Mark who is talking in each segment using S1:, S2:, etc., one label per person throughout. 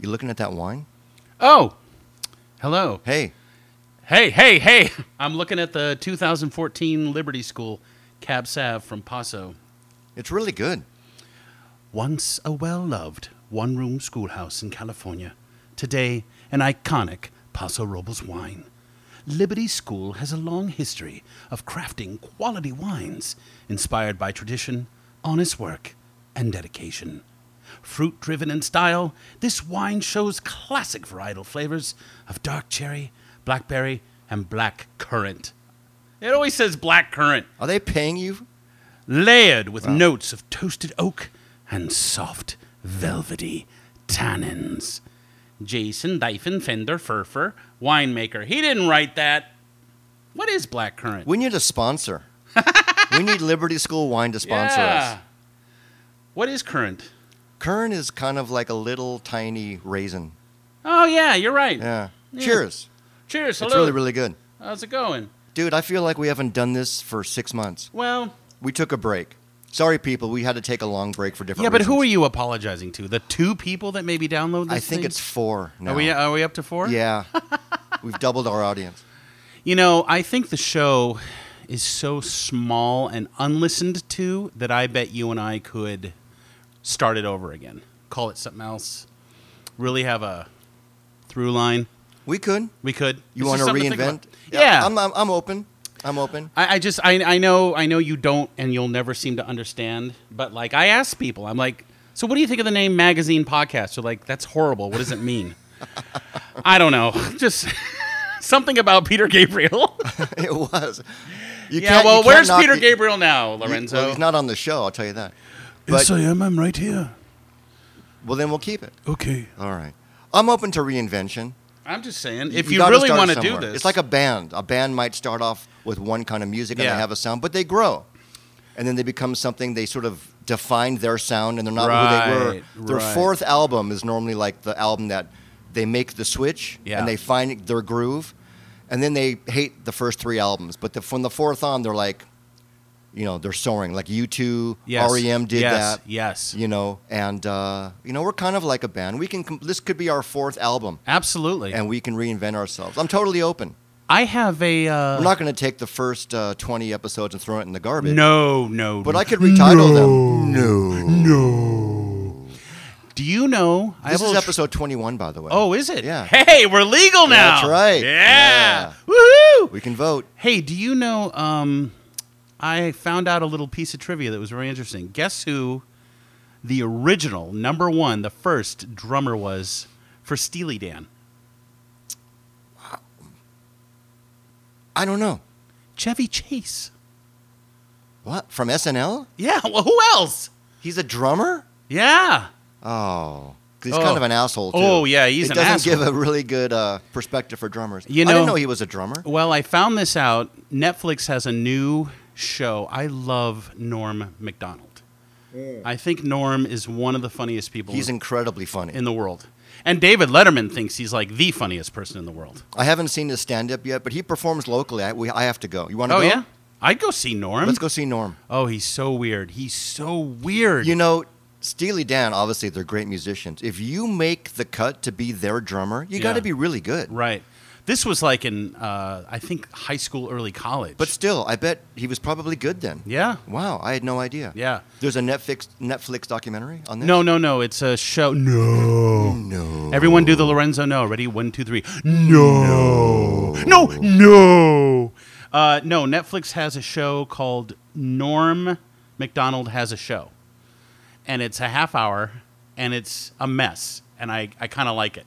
S1: You looking at that wine?
S2: Oh, hello.
S1: Hey,
S2: Hey, hey, hey. I'm looking at the 2014 Liberty School Cab Sav from Paso.
S1: it's really good.
S2: Once a well loved one room schoolhouse in California, today an iconic Paso Robles wine. Liberty School has a long history of crafting quality wines inspired by tradition, honest work, and dedication. Fruit driven in style, this wine shows classic varietal flavors of dark cherry, blackberry, and black currant. It always says black currant
S1: Are they paying you?
S2: layered with notes of toasted oak and soft, velvety tannins. Jason Dyfen Fender Furfer, winemaker. He didn't write that. What is blackcurrant?
S1: We need a sponsor. we need Liberty School Wine to sponsor us.
S2: What is currant?
S1: Kern is kind of like a little tiny raisin.
S2: Oh, yeah, you're right.
S1: Yeah.
S2: Yeah.
S1: Cheers.
S2: Cheers.
S1: It's
S2: hello.
S1: really, really good.
S2: How's it going?
S1: Dude, I feel like we haven't done this for six months.
S2: Well,
S1: We took a break. Sorry, people. We had to take a long break for different
S2: yeah, but who are
S1: reasons.
S2: you apologizing to? The two people that maybe download this
S1: I think
S2: thing?
S1: it's four now.
S2: Are we, are we up to four?
S1: Yeah. We've doubled our audience.
S2: You know, I think the show is so small and unlistened to that I bet you and I could start it over again. Call it something else. Really have a through line.
S1: We could.
S2: We could.
S1: You
S2: This
S1: want
S2: is
S1: to
S2: something think
S1: reinvent?
S2: about. Yeah.
S1: I'm, I'm, I'm open. I'm open.
S2: I, I just I, I know I know you don't and you'll never seem to understand, but like I ask people, I'm like, so what do you think of the name magazine podcast? They're like, that's horrible. What does it mean? I don't know. Just something about Peter Gabriel.
S1: it was. You
S2: yeah,
S1: can't- you
S2: well,
S1: can't
S2: where's
S1: knock
S2: Peter
S1: the-
S2: Gabriel now,
S1: you-
S2: Lorenzo?
S1: Well, he's not on the show, I'll tell you that.
S3: Yes,
S1: But-
S3: I am. I'm right here.
S1: Well, then we'll keep it.
S3: Okay.
S1: All right. I'm open to reinvention.
S2: I'm just saying, if you,
S1: gotta
S2: really
S1: start
S2: want to do
S1: somewhere.
S2: this,
S1: it's like a band. A band might start off with one kind of music and
S2: Yeah.
S1: they have a sound, but they grow, and then they become something. They sort of define their sound, and they're not who they
S2: Right,
S1: were. Their
S2: right.
S1: fourth album is normally like the album that they make the switch
S2: Yeah.
S1: and they find their groove, and then they hate the first three albums, but the, from the fourth on, they're like, you know, they're soaring. Like U two,
S2: Yes,
S1: REM E did
S2: yes,
S1: that.
S2: yes.
S1: you know, and uh, you know, we're kind of like a band. We can. Com- this could be our fourth album
S2: absolutely.
S1: and we can reinvent ourselves. I'm totally open.
S2: I have a uh,
S1: I'm not going to take the first uh, 20 episodes and throw it in the garbage.
S2: no, no.
S1: But I could retitle them. No.
S2: do you know? I
S1: This
S2: have a
S1: is
S2: little tr-
S1: episode 21, by the way.
S2: Oh, is it?
S1: Yeah.
S2: Hey, we're legal now.
S1: That's right. Yeah.
S2: Yeah. Woohoo!
S1: We can vote.
S2: Hey, do you know? Um, I found out a little piece of trivia that was very interesting. Guess who the original number one, the first drummer was for Steely Dan?
S1: I don't know.
S2: Chevy Chase.
S1: What? From SNL?
S2: Yeah. Well, who else?
S1: He's a drummer?
S2: Yeah.
S1: Oh. He's
S2: Oh.
S1: kind of an asshole, too.
S2: Oh, yeah, he's
S1: it
S2: an
S1: doesn't
S2: asshole.
S1: give a really good uh, perspective for drummers.
S2: You
S1: I didn't
S2: know-
S1: know he was a drummer.
S2: Well, I found this out. Netflix has a new show. I love Norm MacDonald. I think Norm is one of the funniest people
S1: Mm. He's incredibly funny.
S2: in the world. And David Letterman thinks he's like the funniest person in the world.
S1: I haven't seen his stand up yet, but he performs locally. I, we, I have to go. You want to
S2: Oh,
S1: go?
S2: yeah? I'd go see Norm.
S1: Let's go see Norm.
S2: Oh, he's so weird. He's so weird.
S1: You know, Steely Dan, obviously, they're great musicians. If you make the cut to be their drummer, you got
S2: Yeah.
S1: to be really good.
S2: right. This was like in, uh, I think, high school, early college.
S1: But still, I bet he was probably good then.
S2: yeah.
S1: Wow, I had no idea.
S2: Yeah.
S1: There's a Netflix Netflix documentary on this.
S2: No, no, no. It's a show. No.
S1: no.
S2: Everyone do the Lorenzo no. Ready? One, two, three. No. No. No. Uh, no, Netflix has a show called Norm McDonald Has a Show. And it's a half hour and it's a mess. And I, I kind of like it.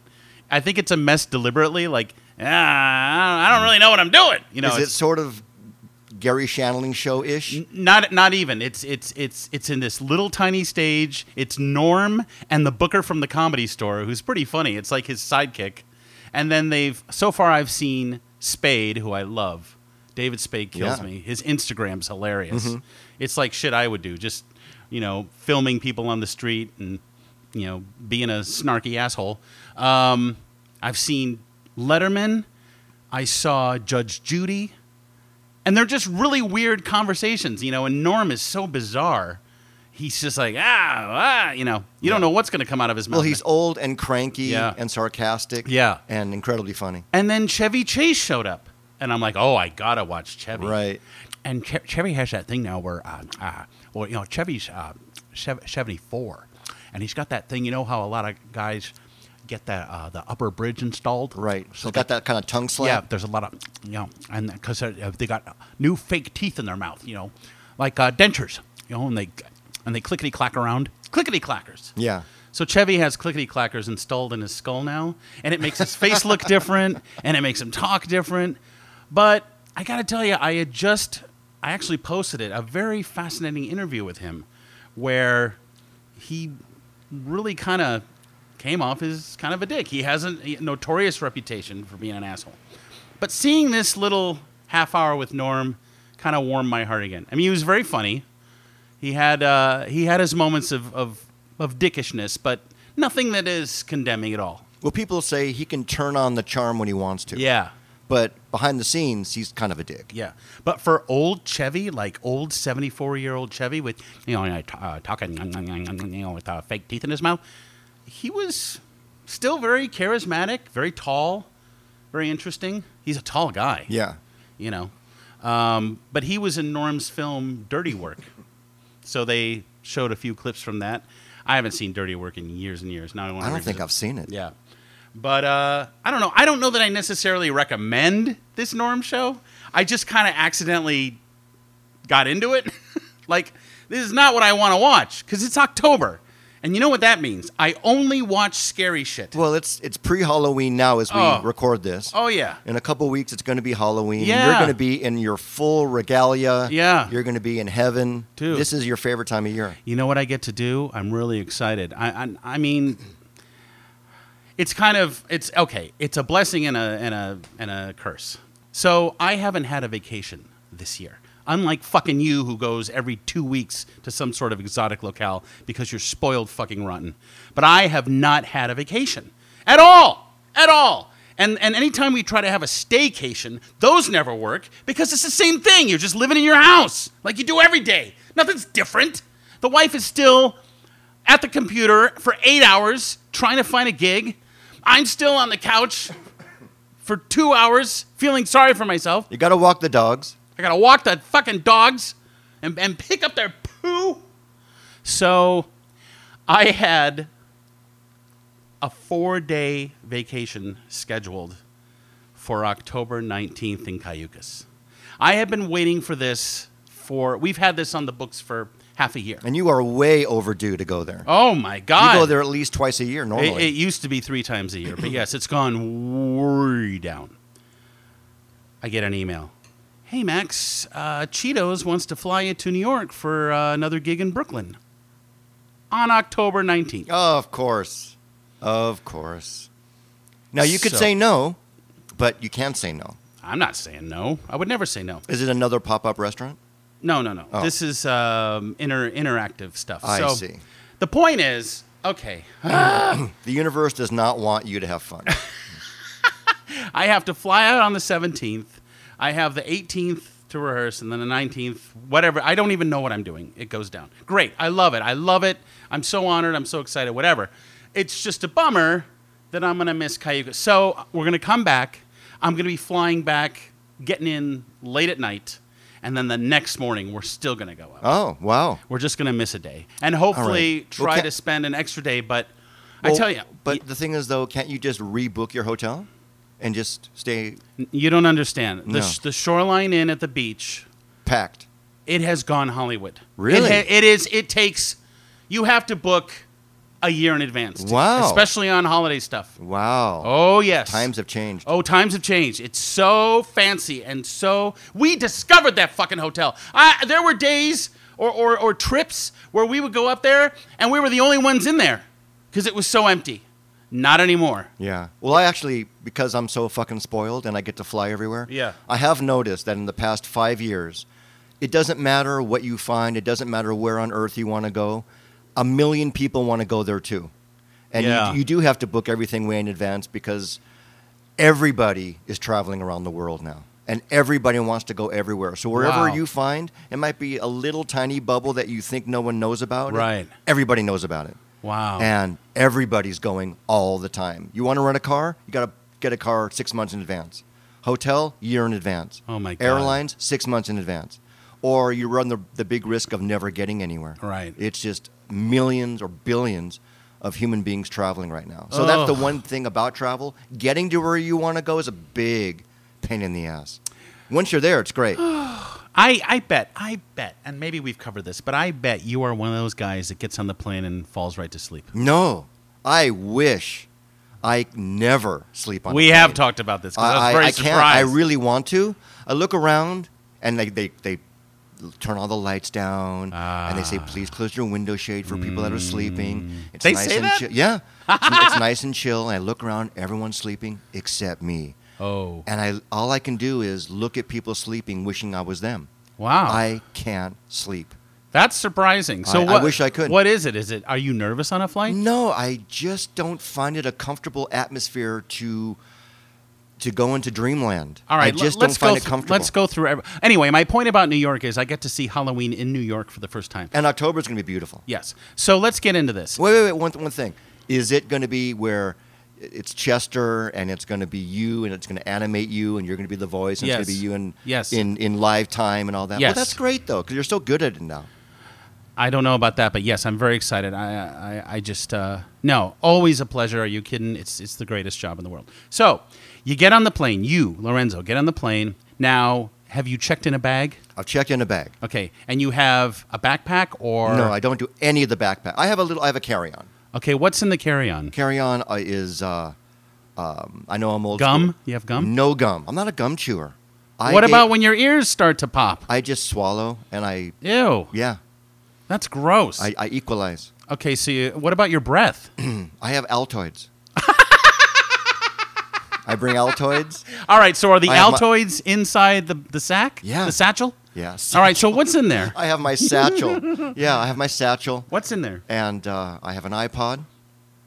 S2: I think it's a mess deliberately. Like, ah, I don't- I don't really know what I'm doing. You know,
S1: Is it
S2: it's-
S1: sort of Gary Shandling show ish?
S2: not not even it's it's it's it's in this little tiny stage it's norm and the booker from the comedy store who's pretty funny it's like his sidekick and then they've so far i've seen spade who i love david spade kills
S1: Yeah.
S2: me his instagram's hilarious it's like shit i would do just you know filming people on the street and you know being a snarky asshole um, i've seen letterman i saw judge judy and they're just really weird conversations, you know. And Norm is so bizarre. he's just like ah, ah you know, you don't know what's going to come out of his mouth.
S1: Well, he's old and cranky
S2: Yeah.
S1: and sarcastic.
S2: Yeah.
S1: And incredibly funny.
S2: and then Chevy Chase showed up, and I'm like, oh, I gotta watch Chevy.
S1: Right.
S2: And che- Chevy has that thing now where, uh, uh, well, you know, Chevy's uh, sev- 74, and he's got that thing. You know how a lot of guys get that uh, the upper bridge installed,
S1: Right. So
S2: So
S1: he's got
S2: they-
S1: that kind of tongue
S2: Yeah,
S1: slap.
S2: there's a lot of you know, and because they got new fake teeth in their mouth, you know, like uh, dentures, you know, and they and they clickety clack around, clickety clackers.
S1: Yeah.
S2: So Chevy has clickety clackers installed in his skull now, and it makes his face look different, and it makes him talk different. But I gotta tell you, I had just, I actually posted it, a very fascinating interview with him, where he really kind of came off as kind of a dick. He has a notorious reputation for being an asshole. But seeing this little half hour with Norm kind of warmed my heart again. I mean, he was very funny. He had uh, he had his moments of, of of dickishness, but nothing that is condemning at all.
S1: Well, people say he can turn on the charm when he wants to.
S2: Yeah,
S1: But behind the scenes, he's kind of a dick.
S2: yeah. But for old Chevy, like old seventy-four-year-old Chevy, with you know uh, t- uh, talking you know, with uh, fake teeth in his mouth, he was still very charismatic, very tall, very interesting. He's a tall guy.
S1: Yeah.
S2: you know. Um, but he was in Norm's film Dirty Work. So they showed a few clips from that. I haven't seen Dirty Work in years and years. Now I want
S1: I
S2: to
S1: don't think I've seen it.
S2: Yeah. But uh, I don't know. I don't know that I necessarily recommend this Norm show. I just kind of accidentally got into it. like, this is not what I want to watch because it's October. And you know what that means? I only watch scary shit.
S1: Well, it's it's pre-Halloween now as we
S2: Oh.
S1: record this.
S2: oh, yeah.
S1: In a couple weeks, it's going to be Halloween. You're
S2: Yeah.
S1: going to be in your full regalia.
S2: Yeah.
S1: You're going to be in heaven.
S2: Dude.
S1: This is your favorite time of year.
S2: you know what I get to do? I'm really excited. I, I, I mean, it's kind of it's okay. It's a blessing and a and a and a curse. So I haven't had a vacation this year. Unlike fucking you, who goes every two weeks to some sort of exotic locale because you're spoiled fucking rotten. But I have not had a vacation at all, at all. And and anytime we try to have a staycation, those never work because it's the same thing. You're just living in your house like you do every day. Nothing's different. The wife is still at the computer for eight hours trying to find a gig. I'm still on the couch for two hours feeling sorry for myself.
S1: You got to walk the dogs.
S2: I gotta walk the fucking dogs and, and pick up their poo. So I had a four day vacation scheduled for October 19th in Cayucas. I have been waiting for this for, we've had this on the books for half a year.
S1: And you are way overdue to go there.
S2: Oh my God.
S1: You go there at least twice a year
S2: It,
S1: normally.
S2: it used to be three times a year, but yes, it's gone way down. I get an email. Hey, Max, uh, Cheetos wants to fly you to New York for uh, another gig in Brooklyn on October 19th.
S1: of course. Of course. Now, you could
S2: So-
S1: say no, but you can't say no.
S2: I'm not saying no. I would never say no.
S1: Is it another pop up restaurant?
S2: No, no, no.
S1: Oh.
S2: This is um, inter- interactive stuff.
S1: I
S2: so
S1: see.
S2: The point is okay,
S1: The universe does not want you to have fun.
S2: I have to fly out on the 17th. I have the 18th to rehearse and then the 19th, whatever. I don't even know what I'm doing. It goes down. Great. I love it. I love it. I'm so honored. I'm so excited, whatever. It's just a bummer that I'm going to miss Cayuga. So we're going to come back. I'm going to be flying back, getting in late at night. And then the next morning, we're still going to go up.
S1: oh, wow.
S2: We're just going to miss a day and hopefully
S1: Well,
S2: try
S1: ca-
S2: to spend an extra day. But I
S1: Well,
S2: tell you,
S1: But the thing is, though, can't you just rebook your hotel and just stay
S2: you don't understand. The,
S1: No.
S2: sh- the Shoreline Inn at the beach
S1: packed?
S2: it has gone Hollywood.
S1: Really?
S2: It, ha- it is. It takes. You have to book a year in advance. to-
S1: Wow.
S2: Especially on holiday stuff.
S1: Wow.
S2: Oh yes.
S1: Times have changed.
S2: Oh, times have changed. It's so fancy and so. We discovered that fucking hotel. I, there were days or, or, or trips where we would go up there and we were the only ones in there because it was so empty. Not anymore.
S1: Yeah. Well, I actually, because I'm so fucking spoiled and I get to fly everywhere,
S2: Yeah.
S1: I have noticed that in the past five years, it doesn't matter what you find, it doesn't matter where on earth you want to go, a million people want to go there too. And
S2: Yeah.
S1: you, you do have to book everything way in advance because everybody is traveling around the world now. and everybody wants to go everywhere. So wherever
S2: Wow.
S1: you find, it might be a little tiny bubble that you think no one knows about. it.
S2: Right.
S1: Everybody knows about it.
S2: Wow.
S1: And everybody's going all the time. You want to rent a car? You got to get a car six months in advance. Hotel, year in advance.
S2: Oh, my God.
S1: Airlines, six months in advance. Or you run the, the big risk of never getting anywhere.
S2: Right.
S1: It's just millions or billions of human beings traveling right now. So that's the
S2: Ugh.
S1: one thing about travel. Getting to where you want to go is a big pain in the ass. Once you're there, it's great.
S2: I, I bet, I bet, and maybe we've covered this, but I bet you are one of those guys that gets on the plane and falls right to sleep.
S1: no, I wish I never sleep on. a
S2: We have
S1: plane.
S2: talked about this. 'cause I, was very surprised.
S1: can't. I really want to. I look around and they, they, they turn all the lights down and they say, please close your window shade for people that are sleeping. It's
S2: Ah. Mm. They say
S1: and
S2: that?
S1: chill. Yeah. it's, it's nice and chill. And I look around, everyone's sleeping except me.
S2: Oh,
S1: And I, all I can do is look at people sleeping, wishing I was them.
S2: wow.
S1: I can't sleep.
S2: That's surprising. So
S1: I- I
S2: what,
S1: wish I could.
S2: What is it? Is it? Are you nervous on a flight?
S1: No, I just don't find it a comfortable atmosphere to to go into dreamland.
S2: All right,
S1: I
S2: le-
S1: just
S2: let's
S1: don't find
S2: go.
S1: it
S2: thr-
S1: comfortable.
S2: let's go through. Every- anyway, my point about New York is I get to see Halloween in New York for the first time.
S1: And October's going to be beautiful.
S2: Yes. So let's get into this.
S1: Wait, wait, wait. One, one thing. Is it going to be where it's Chester and it's going to be you and it's going to animate you and you're going to be the voice and it's going
S2: Yes.
S1: to be you in,
S2: Yes.
S1: in, in live time and all that?
S2: Yes.
S1: Well, that's great, though, because you're so good at it now.
S2: I don't know about that, but yes, I'm very excited. I I, I just uh, no, always a pleasure. Are you kidding? It's it's the greatest job in the world. So you get on the plane. You Lorenzo get on the plane. Now, have you checked in a bag?
S1: I've checked in a bag.
S2: Okay, and you have a backpack or
S1: No, I don't do any of the backpack. I have a little, I have a carry on.
S2: okay, what's in the carry-on?
S1: Carry on uh, is, uh, um, I know I'm old.
S2: Gum?
S1: school.
S2: You have gum?
S1: No gum. I'm not a gum chewer. I
S2: what
S1: gave-
S2: about when your ears start to pop?
S1: I just swallow and I,
S2: Ew,
S1: yeah,
S2: that's gross.
S1: I, I equalize.
S2: okay, so you, what about your breath?
S1: I have Altoids. I bring Altoids.
S2: All right, so are the
S1: I have my-
S2: Altoids inside the, the sack?
S1: Yeah.
S2: The satchel?
S1: Yes.
S2: All right, so what's in there?
S1: I have my satchel. yeah, I have my satchel,
S2: What's in there?
S1: and uh, I have an iPod,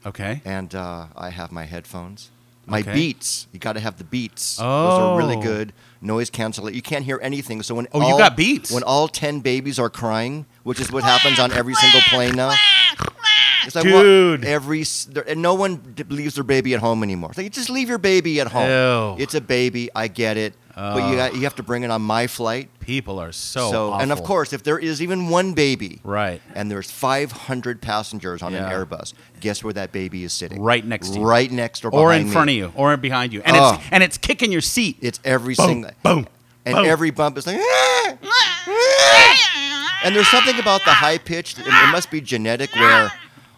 S2: Okay.
S1: and uh, I have my headphones. My
S2: Okay.
S1: Beats. You got to have the Beats. Those are really
S2: Oh.
S1: good. Noise cancel. You can't hear anything. So when
S2: Oh, you
S1: all-
S2: got Beats.
S1: When all ten babies are crying, which is what happens on every single plane now. It's like, what-
S2: Dude.
S1: every s- there, and no one d- leaves their baby at home anymore. It's like, just leave your baby at home.
S2: Ew.
S1: It's a baby. I get it. But you, got, you have to bring it on my flight.
S2: People are so,
S1: and of
S2: Oh, awful.
S1: course, if there is even one baby,
S2: Right.
S1: and there's 500 passengers on
S2: Yeah.
S1: an Airbus. Guess where that baby is sitting?
S2: Right next to you.
S1: Right next or
S2: Or
S1: behind
S2: in
S1: me.
S2: front of you, or behind you, and
S1: Oh.
S2: it's and it's kicking your seat.
S1: It's every
S2: boom,
S1: single
S2: boom,
S1: and
S2: boom.
S1: every bump is like. "Ah!" And there's something about the high pitch. It, it must be genetic, where,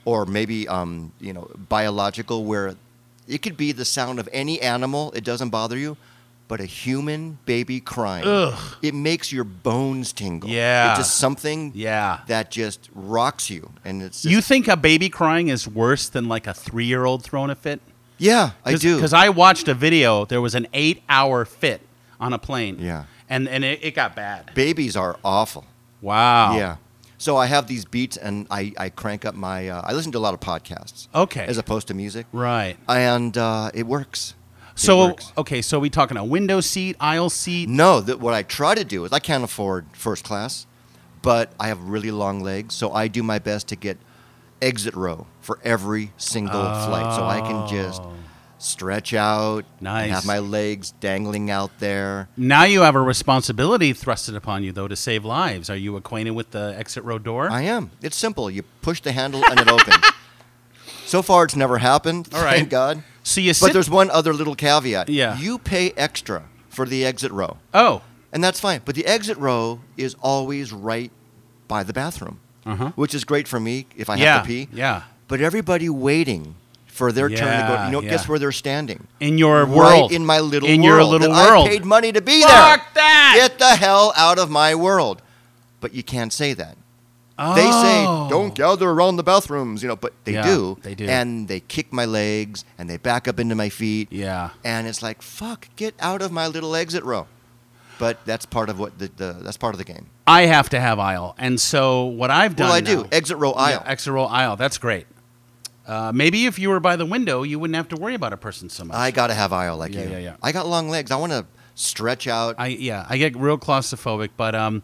S1: or maybe um, you know, biological, where it could be the sound of any animal. It doesn't bother you, but a human baby crying, it makes your bones tingle.
S2: Yeah.
S1: it's just something.
S2: Yeah.
S1: that just rocks you, and it's just,
S2: you think a baby crying is worse than like a three-year-old throwing a fit?
S1: yeah, I do.
S2: Because I watched a video. There was an eight-hour fit on a plane.
S1: Yeah.
S2: And and it, it got bad.
S1: Babies are awful.
S2: Wow.
S1: Yeah. So I have these beats, and I, I crank up my. Uh, I listen to a lot of podcasts.
S2: Okay.
S1: As opposed to music.
S2: Right.
S1: And uh, it works. It
S2: So
S1: works.
S2: okay, so we talking a window seat, aisle seat?
S1: no, that what I try to do is I can't afford first class, but I have really long legs, so I do my best to get exit row for every single flight, so I can just stretch out, and
S2: Oh. Nice.
S1: have my legs dangling out there.
S2: Now you have a responsibility thrusted upon you though to save lives. Are you acquainted with the exit row door?
S1: I am. It's simple. You push the handle and it opens. So far, it's never happened.
S2: All right.
S1: Thank God.
S2: so you
S1: But
S2: sit.
S1: there's one other little caveat.
S2: Yeah.
S1: You pay extra for the exit row,
S2: oh,
S1: and that's fine. But the exit row is always right by the bathroom,
S2: Uh-huh.
S1: which is great for me if I
S2: yeah,
S1: have to pee.
S2: yeah.
S1: But everybody waiting for their turn to go.
S2: Yeah,
S1: You know,
S2: yeah.
S1: guess where they're standing?
S2: In your
S1: Right
S2: world,
S1: in my little
S2: in
S1: world.
S2: your little
S1: that
S2: world.
S1: I paid money to be there.
S2: Fuck that!
S1: Get the hell out of my world. But you can't say that. They say
S2: Oh.
S1: don't gather around the bathrooms, you know, but they
S2: Yeah,
S1: do.
S2: they do.
S1: And they kick my legs and they back up into my feet.
S2: Yeah.
S1: And it's like, fuck, get out of my little exit row. But that's part of what the, the that's part of the game.
S2: I have to have aisle, and so what I've done.
S1: Well, I
S2: now-
S1: do. Exit row aisle.
S2: Yeah, exit row aisle. That's great. Uh, maybe if you were by the window, you wouldn't have to worry about a person so much.
S1: I gotta have aisle like
S2: Yeah,
S1: you.
S2: yeah, yeah.
S1: I got long legs. I wanna stretch out.
S2: I yeah, I get real claustrophobic, but um,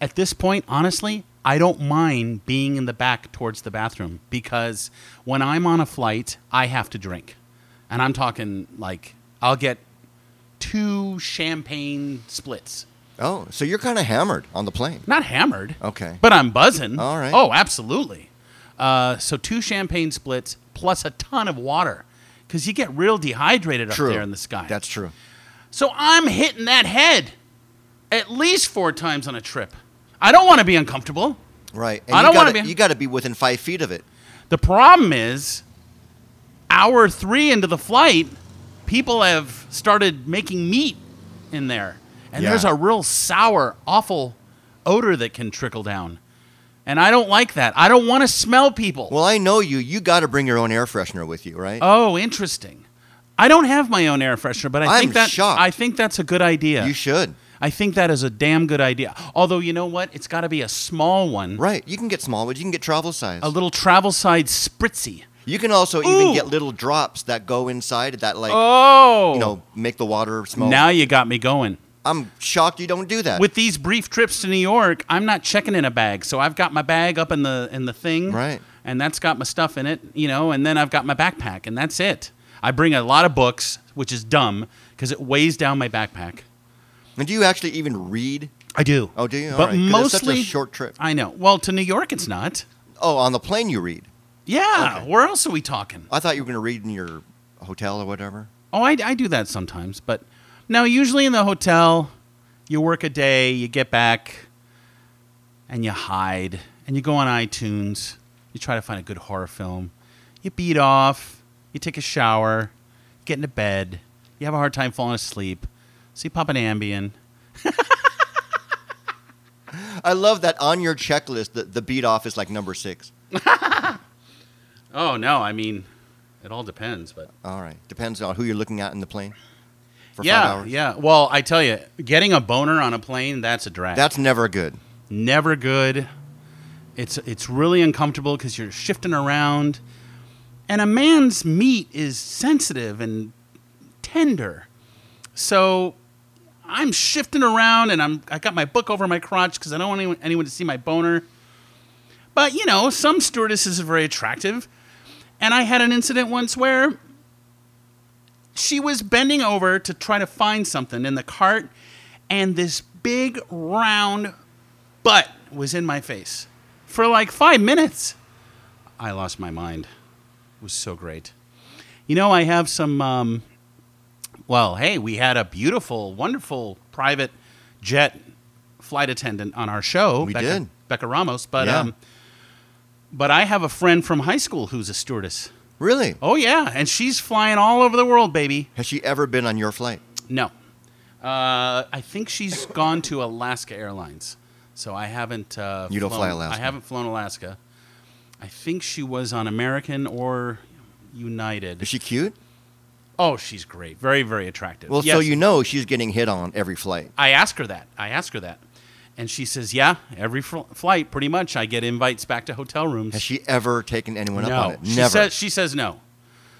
S2: at this point, honestly, I don't mind being in the back towards the bathroom because when I'm on a flight, I have to drink, and I'm talking like I'll get two champagne splits.
S1: oh, so you're kind of hammered on the plane.
S2: Not hammered.
S1: Okay.
S2: But I'm buzzing.
S1: All right.
S2: Oh, absolutely. Uh, so two champagne splits plus a ton of water because you get real dehydrated
S1: True.
S2: up there in the sky.
S1: That's true.
S2: So I'm hitting that head at least four times on a trip. I don't want to be uncomfortable.
S1: Right.
S2: I don't
S1: you
S2: wanna
S1: gotta-
S2: be-
S1: You got to be within five feet of it.
S2: The problem is, hour three into the flight, people have started making meat in there. And
S1: Yeah.
S2: there's a real sour, awful odor that can trickle down. And I don't like that. I don't want to smell people.
S1: Well, I know you. You got to bring your own air freshener with you, right?
S2: oh, interesting. I don't have my own air freshener, but I
S1: I'm
S2: think that
S1: shocked.
S2: I think that's a good idea.
S1: you should.
S2: I think that is a damn good idea. Although you know what, it's got to be a small one,
S1: Right. You can get small ones. You can get travel size.
S2: a little travel side spritzy.
S1: you can also even
S2: Ooh.
S1: get little drops that go inside that, like,
S2: Oh,
S1: you know, make the water smell.
S2: now you got me going.
S1: I'm shocked you don't do that.
S2: With these brief trips to New York, I'm not checking in a bag, so I've got my bag up in the in the thing,
S1: Right.
S2: And that's got my stuff in it, you know. And then I've got my backpack, and that's it. I bring a lot of books, which is dumb because it weighs down my backpack.
S1: and do you actually even read?
S2: I do.
S1: Oh, do you? All
S2: But
S1: right, 'cause it's such a
S2: mostly
S1: short trip.
S2: I know. Well, to New York, it's not.
S1: Oh, on the plane you read.
S2: Yeah.
S1: Okay.
S2: Where else are we talking?
S1: I thought you were going to read in your hotel or whatever.
S2: Oh, I, I do that sometimes, but no, usually in the hotel, you work a day, you get back, and you hide, and you go on iTunes, you try to find a good horror film, you beat off, you take a shower, get into bed, you have a hard time falling asleep, so you pop an Ambien.
S1: I love that on your checklist, the, the beat off is like number six.
S2: Oh, no, I mean, it all depends, but.
S1: All right. Depends on who you're looking at in the plane for
S2: yeah,
S1: five hours.
S2: yeah. Well, I tell you, getting a boner on a plane, that's a drag.
S1: That's never good.
S2: never good. It's it's really uncomfortable because you're shifting around, and a man's meat is sensitive and tender. So I'm shifting around, and I'm I got my book over my crotch because I don't want anyone, anyone to see my boner. But you know, some stewardesses are very attractive, and I had an incident once where she was bending over to try to find something in the cart, and this big round butt was in my face for like five minutes. I lost my mind. It was so great. You know, I have some. Um, well, hey, we had a beautiful, wonderful private jet flight attendant on our show.
S1: We
S2: Becca,
S1: did.
S2: Becca Ramos, but
S1: Yeah.
S2: um, but I have a friend from high school who's a stewardess.
S1: Really?
S2: Oh yeah, and she's flying all over the world, baby.
S1: Has she ever been on your flight?
S2: No. Uh, I think she's gone to Alaska Airlines. So I haven't. Uh,
S1: You don't
S2: flown-
S1: fly Alaska.
S2: I haven't flown Alaska. I think she was on American or United.
S1: Is she cute?
S2: oh, she's great. Very, very attractive.
S1: Well, so
S2: Yes.
S1: you know she's getting hit on every flight.
S2: I ask her that. I ask her that. And she says, yeah, every fl- flight, pretty much, I get invites back to hotel rooms.
S1: Has she ever taken anyone
S2: no.
S1: up on it?
S2: She,
S1: Never.
S2: Says, she says no.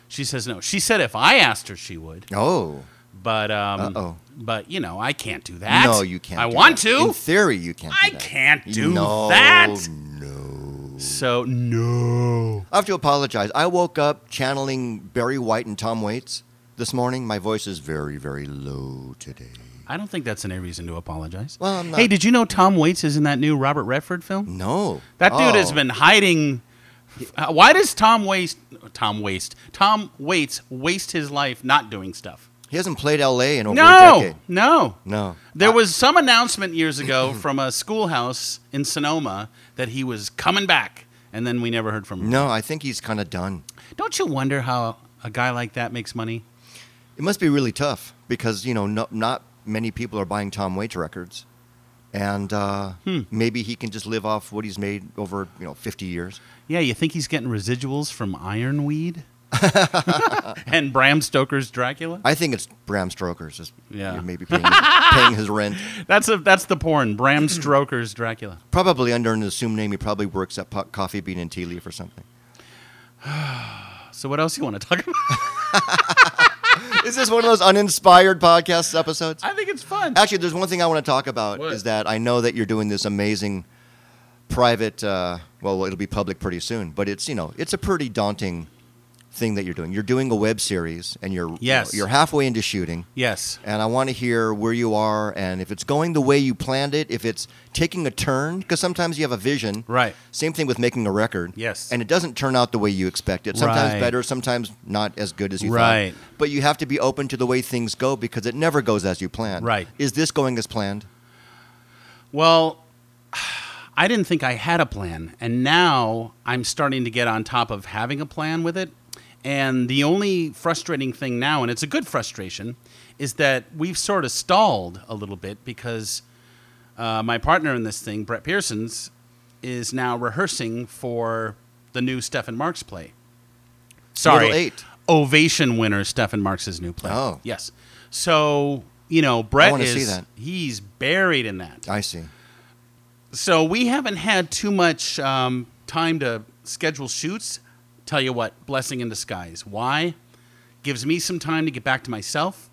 S2: She says no. She said if I asked her, she would.
S1: oh.
S2: But, um,
S1: Uh-oh.
S2: but you know, I can't do that.
S1: no, you can't.
S2: I
S1: do
S2: want
S1: that.
S2: to.
S1: In theory, you can't.
S2: I
S1: do that.
S2: can't do
S1: no,
S2: that.
S1: No.
S2: So no.
S1: I have to apologize. I woke up channeling Barry White and Tom Waits this morning. My voice is very, very low today.
S2: I don't think that's any reason to apologize.
S1: Well, I'm not-
S2: Hey, did you know Tom Waits is in that new Robert Redford film?
S1: No.
S2: That dude has
S1: Oh.
S2: been hiding. Uh, why does Tom Waits, Tom Waits, Tom Waits waste his life not doing stuff?
S1: He hasn't played L.A. in over a
S2: No,
S1: decade.
S2: no.
S1: No.
S2: There
S1: I-
S2: was some announcement years ago from a schoolhouse in Sonoma that he was coming back, and then we never heard from him.
S1: No, I think he's kind of done.
S2: Don't you wonder how a guy like that makes money?
S1: It must be really tough because you know no, not many people are buying Tom Waits records, and uh, maybe he can just live off what he's made over you know fifty years.
S2: Yeah, you think he's getting residuals from Ironweed and Bram Stoker's Dracula?
S1: I think it's Bram Stoker's. Is
S2: Yeah.
S1: maybe paying, paying his rent.
S2: That's a that's the porn, Bram Stoker's Dracula.
S1: Probably under an assumed name. He probably works at po- Coffee Bean and Tea Leaf or something.
S2: So what else you want to talk about?
S1: Is this one of those uninspired podcast episodes?
S2: I think it's fun.
S1: Actually, there's one thing I want to talk about
S2: What?
S1: is that I know that you're doing this amazing private. Uh, well, it'll be public pretty soon, but it's you know it's a pretty daunting thing that you're doing. You're doing a web series, and you're
S2: Yes.
S1: you're halfway into shooting.
S2: Yes.
S1: And I want to hear where you are and if it's going the way you planned it, if it's taking a turn, because sometimes you have a vision.
S2: Right.
S1: Same thing with making a record.
S2: Yes.
S1: And it doesn't turn out the way you expect it. Sometimes
S2: Right.
S1: better, sometimes not as good as you
S2: Right.
S1: thought. But you have to be open to the way things go because it never goes as you planned.
S2: Right.
S1: Is this going as planned?
S2: Well, I didn't think I had a plan, and now I'm starting to get on top of having a plan with it. And the only frustrating thing now, and it's a good frustration, is that we've sort of stalled a little bit because uh, my partner in this thing, Brett Pearson's, is now rehearsing for the new Stefan Marks play. Sorry,
S1: Little Eight.
S2: Ovation winner Stefan Marks' new play.
S1: Oh.
S2: yes. So you know, Brett
S1: wanna
S2: is
S1: see that.
S2: he's buried in that
S1: I see.
S2: so we haven't had too much um, time to schedule shoots. Tell you what, blessing in disguise. Why? Gives me some time to get back to myself.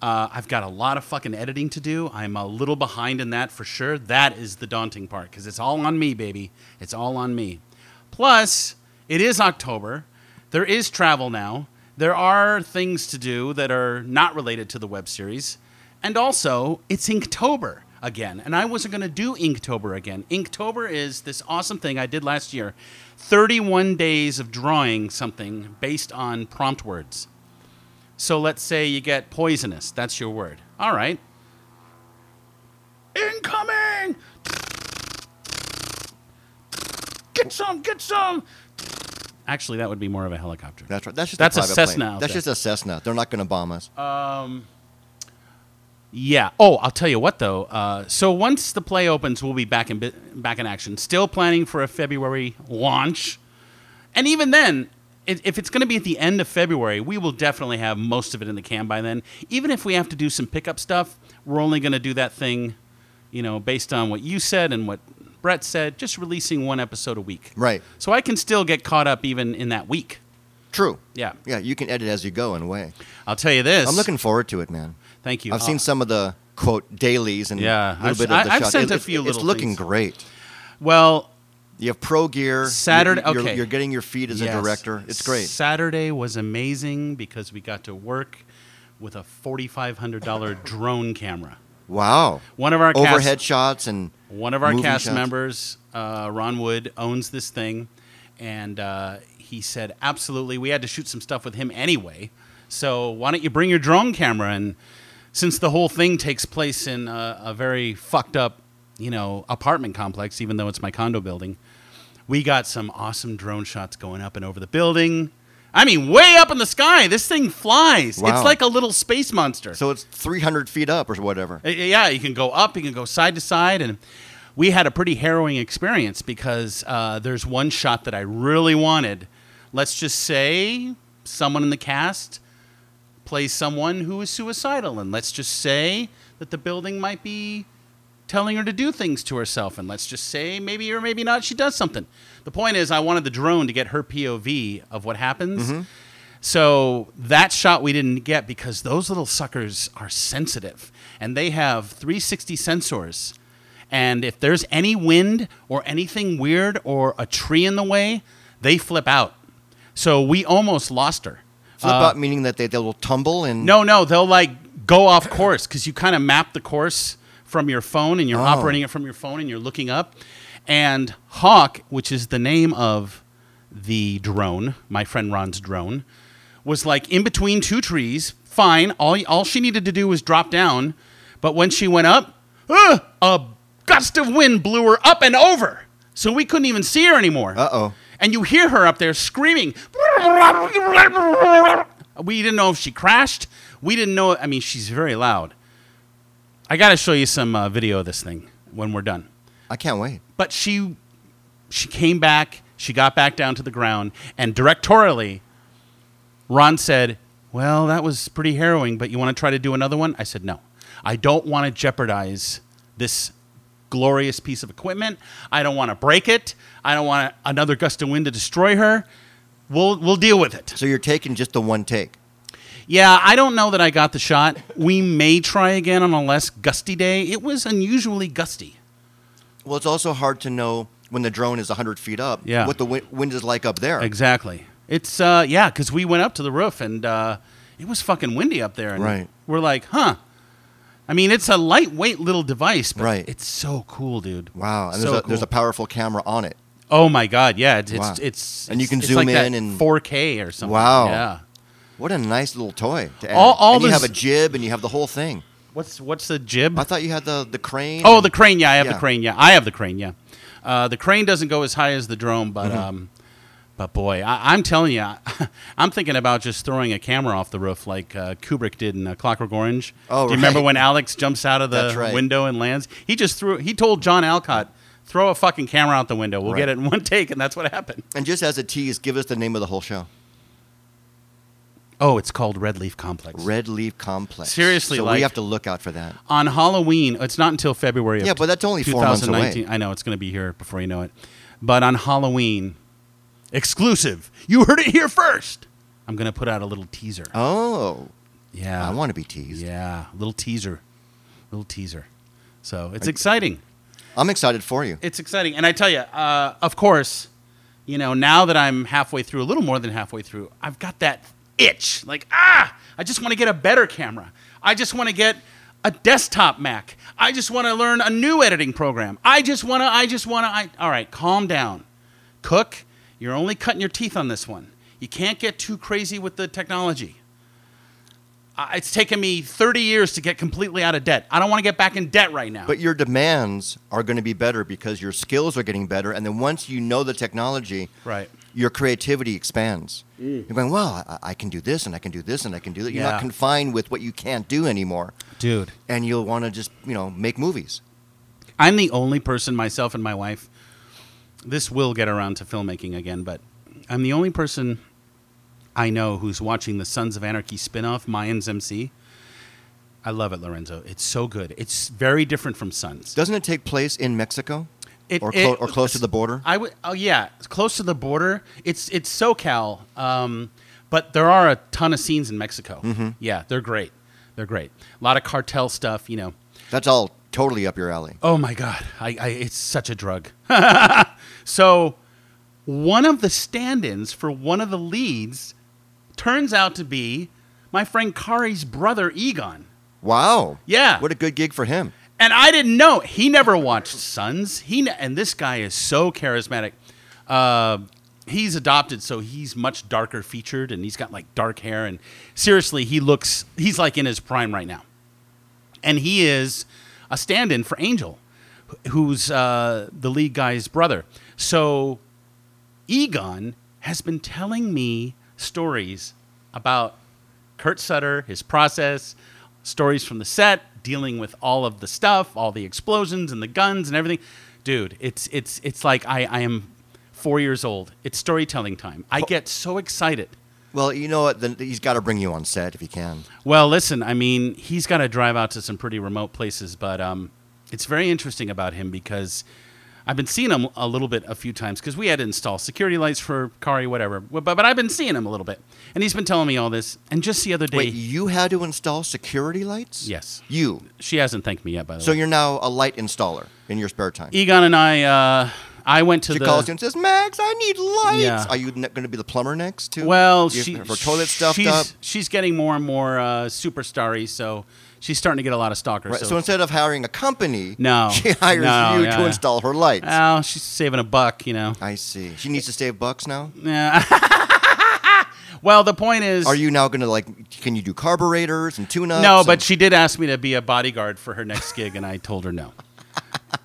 S2: Uh, I've got a lot of fucking editing to do. I'm a little behind in that for sure. That is the daunting part because it's all on me, baby. It's all on me. Plus, it is October. There is travel now. There are things to do that are not related to the web series. And also, it's Inktober again. And I wasn't going to do Inktober again. Inktober is this awesome thing I did last year 31 days of drawing something based on prompt words. So let's say you get poisonous. That's your word. All right. Incoming! Get some, get some! Actually, that would be more of a helicopter.
S1: That's right. That's just
S2: That's a
S1: a, private plane.
S2: Cessna out
S1: That's
S2: there. Uh,
S1: just a Cessna. They're not going to bomb us.
S2: Yeah. Oh, I'll tell you what though. Uh, so once the play opens, we'll be back in bu- back in action. Still planning for a February launch, and even then, i- if it's going to be at the end of February, we will definitely have most of it in the can by then. Even if we have to do some pickup stuff, we're only going to do that thing, you know, based on what you said and what Brett said. Just releasing one episode a week.
S1: Right.
S2: So I can still get caught up even in that week.
S1: True.
S2: Yeah.
S1: Yeah, you can edit as you go in a way.
S2: I'll tell you this.
S1: I'm looking forward to it, man.
S2: Thank you.
S1: I've
S2: Uh,
S1: seen some of the quote dailies and a
S2: Yeah,
S1: little
S2: I've-
S1: bit of the
S2: I- I've
S1: shots.
S2: sent
S1: It-
S2: a
S1: it's-
S2: few little
S1: It's looking
S2: things.
S1: great.
S2: Well,
S1: You have pro gear.
S2: Saturday-
S1: You're, you're-
S2: okay.
S1: you're getting your feet as
S2: Yes.
S1: a director. It's great.
S2: Saturday was amazing because we got to work with a $4,500 drone camera.
S1: Wow.
S2: One of our cast-
S1: overhead shots and
S2: One of our
S1: moving
S2: cast
S1: shots.
S2: members, uh, Ron Wood, owns this thing, and uh, he said, "Absolutely, we had to shoot some stuff with him anyway. So why don't you bring your drone camera?" And since the whole thing takes place in a, a very fucked up, you know, apartment complex, even though it's my condo building, we got some awesome drone shots going up and over the building. I mean, way up in the sky, this thing flies.
S1: Wow.
S2: It's like a little space monster.
S1: So it's 300 feet up or whatever.
S2: Uh, Yeah, you can go up, you can go side to side, and we had a pretty harrowing experience because uh, there's one shot that I really wanted. Let's just say someone in the cast plays someone who is suicidal, and let's just say that the building might be telling her to do things to herself, and let's just say maybe or maybe not she does something. The point is, I wanted the drone to get her POV of what happens. So that shot we didn't get because those little suckers are sensitive and they have 360 sensors. And if there's any wind or anything weird or a tree in the way, they flip out. So we almost lost her.
S1: Flip out meaning that they, they will tumble and
S2: Uh, No, no, they'll like go off course because you kind of map the course from your phone and you're operating it from your phone and you're looking up. And Hawk, which is the name of the drone, my friend Ron's drone, was like in between two trees. Fine. All, all she needed to do was drop down. But when she went up, ah, a gust of wind blew her up and over. So we couldn't even see her anymore. Uh
S1: Uh-oh.
S2: And you hear her up there screaming. We didn't know if she crashed. We didn't know. I mean, she's very loud. I got to show you some uh, video of this thing when we're done.
S1: I can't wait.
S2: But she, she came back. She got back down to the ground, and directorially, Ron said, "Well, that was pretty harrowing, but you want to try to do another one?" I said, "No, I don't want to jeopardize this glorious piece of equipment. I don't want to break it. I don't want another gust of wind to destroy her. We'll we'll deal with it."
S1: So you're taking just the one take.
S2: Yeah, I don't know that I got the shot. We may try again on a less gusty day. It was unusually gusty.
S1: Well, it's also hard to know when the drone is 100 feet up
S2: Yeah.
S1: what the win- wind is like up there.
S2: Exactly. It's uh yeah, because we went up to the roof and uh, it was fucking windy up there, and
S1: Right.
S2: we're like, huh. I mean, it's a lightweight little device, but
S1: Right.
S2: it's so cool, dude.
S1: Wow. And
S2: So
S1: there's, a, there's
S2: cool.
S1: a powerful camera on it.
S2: Oh my god, yeah, it's it's,
S1: Wow.
S2: it's
S1: And you
S2: it's-
S1: can
S2: it's
S1: zoom
S2: like that
S1: in and-
S2: 4K or something.
S1: Wow.
S2: Yeah.
S1: What a nice little toy to add.
S2: All- all
S1: and you
S2: this-
S1: have a jib and you have the whole thing.
S2: What's what's the jib?
S1: I thought you had the, the crane.
S2: oh,
S1: and-
S2: the crane. Yeah, I have the
S1: Yeah.
S2: crane. Yeah, I have the crane. Yeah, uh, the crane doesn't go as high as the drone, but um, but boy, I, I'm telling you, I'm thinking about just throwing a camera off the roof like uh, Kubrick did in uh, Clockwork Orange.
S1: Oh,
S2: do you remember
S1: right.
S2: when Alex jumps out of the
S1: That's right.
S2: window and lands? He just threw. He told John Alcott, "Throw a fucking camera out the window. We'll get
S1: Right.
S2: it in one take," and that's what happened.
S1: And just as a tease, give us the name of the whole show.
S2: Oh, it's called Red Leaf Complex.
S1: Red Leaf Complex.
S2: Seriously,
S1: so
S2: like-
S1: we have to look out for that.
S2: on Halloween. It's not until February. Of
S1: Yeah, but that's only four months away.
S2: 2019. I know it's going to be here before you know it. But on Halloween, exclusive. You heard it here first. I'm going to put out a little teaser.
S1: Oh,
S2: yeah,
S1: I want to be teased.
S2: Yeah, little teaser, little teaser. So it's exciting.
S1: I'm excited for you.
S2: It's exciting, and I tell you, uh, of course, you know now that I'm halfway through, a little more than halfway through, I've got that itch. Like ah, I just want to get a better camera. I just want to get a desktop Mac. I just want to learn a new editing program. I just want to. I just want to. I all right, calm down, Cook. You're only cutting your teeth on this one. You can't get too crazy with the technology. I- It's taken me 30 years to get completely out of debt. I don't want to get back in debt right now.
S1: But your demands are going to be better because your skills are getting better. And then once you know the technology,
S2: right.
S1: your creativity expands. You're going, well, I, I can do this and I can do this and I can do that. You're
S2: Yeah.
S1: not confined with what you can't do anymore.
S2: Dude.
S1: And you'll want to just, you know, make movies.
S2: I'm the only person, myself and my wife. This will get around to filmmaking again, but I'm the only person I know who's watching the Sons of Anarchy spin-off, Mayans MC. I love it, Lorenzo. It's so good. It's very different from Sons.
S1: Doesn't it take place in Mexico?
S2: It-
S1: or, clo-
S2: it-
S1: or close to the border?
S2: I would. Oh yeah, it's close to the border. It's it's SoCal, um, but there are a ton of scenes in Mexico. Yeah, they're great. They're great. A lot of cartel stuff, you know.
S1: That's all totally up your alley.
S2: Oh my God, I, I, it's such a drug. so, one of the stand ins for one of the leads turns out to be my friend Kari's brother, Egon.
S1: Wow.
S2: Yeah.
S1: What a good gig for him.
S2: And I didn't know. He never watched Sons. He ne- and this guy is so charismatic. Uh, he's adopted, so he's much darker featured, and he's got like dark hair. And seriously, he looks. He's like in his prime right now, and he is a stand-in for Angel, wh- who's uh, the lead guy's brother. So Egon has been telling me stories about Kurt Sutter, his process, stories from the set, dealing with all of the stuff, all the explosions and the guns and everything. Dude, it's it's it's like I, I am four years old. It's storytelling time. I get so excited.
S1: Well, you know what? Then he's got to bring you on set if he can.
S2: Well, listen, I mean, he's got to drive out to some pretty remote places, but um, it's very interesting about him because I've been seeing him a little bit a few times because we had to install security lights for Kari, whatever. But, but I've been seeing him a little bit, and he's been telling me all this. And just the other day,
S1: Wait, you had to install security lights?
S2: Yes.
S1: You.
S2: she hasn't thanked me yet, by the
S1: So
S2: way.
S1: you're now a light installer in your spare time.
S2: Egon and I, uh, I went to
S1: She
S2: the.
S1: calls you and says, "Max, I need lights."
S2: Yeah.
S1: Are you going to be the plumber next too?
S2: Well,
S1: Do you
S2: she
S1: have her toilet stuffed
S2: she's,
S1: up.
S2: She's getting more and more uh, superstarry, so she's starting to get a lot of stalkers.
S1: Right,
S2: so
S1: so, instead of hiring a company,
S2: No.
S1: she hires
S2: No,
S1: you
S2: yeah, Uh,
S1: to
S2: yeah.
S1: install her lights.
S2: well, she's saving a buck, you know.
S1: I see. She needs to save bucks now.
S2: Well, the point is,
S1: Are you now going to like? Can you do carburetors and tune-ups?
S2: No,
S1: and-
S2: but she did ask me to be a bodyguard for her next gig, and I told her no.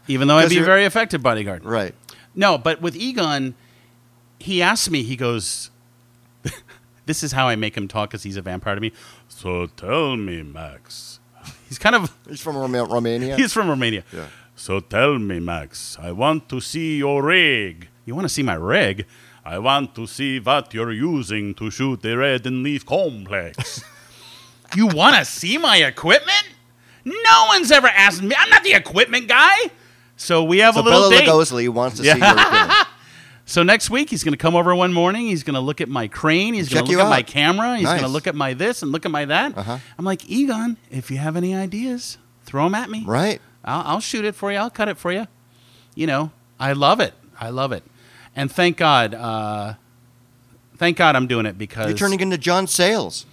S2: Even though I'd
S1: 'Cause
S2: be a
S1: you're-
S2: very effective bodyguard.
S1: right.
S2: No, but with Egon, he asked me, he goes, This is how I make him talk because he's a vampire to me. So tell me, Max. He's kind of,
S1: He's from Roma- Romania.
S2: he's from Romania.
S1: Yeah.
S2: So tell me, Max, I want to see your rig. You want to see my rig? I want to see what you're using to shoot the red and leaf complex. you want to see my equipment? No one's ever asked me. I'm not the equipment guy. So we have
S1: so
S2: a little
S1: Bella
S2: date.
S1: Lugosi wants to see your equipment.
S2: So next week he's going to come over one morning. He's going to look at my crane. He's going
S1: Check
S2: to
S1: you
S2: look at my
S1: out.
S2: camera. He's going
S1: Nice.
S2: to look at my this and look at my that.
S1: Uh-huh.
S2: I'm like Egon. If you have any ideas, throw them at me.
S1: Right?
S2: I'll, I'll shoot it for you. I'll cut it for you. You know, I love it. I love it. And thank God, uh, thank God I'm doing it because
S1: You're turning into John Sayles.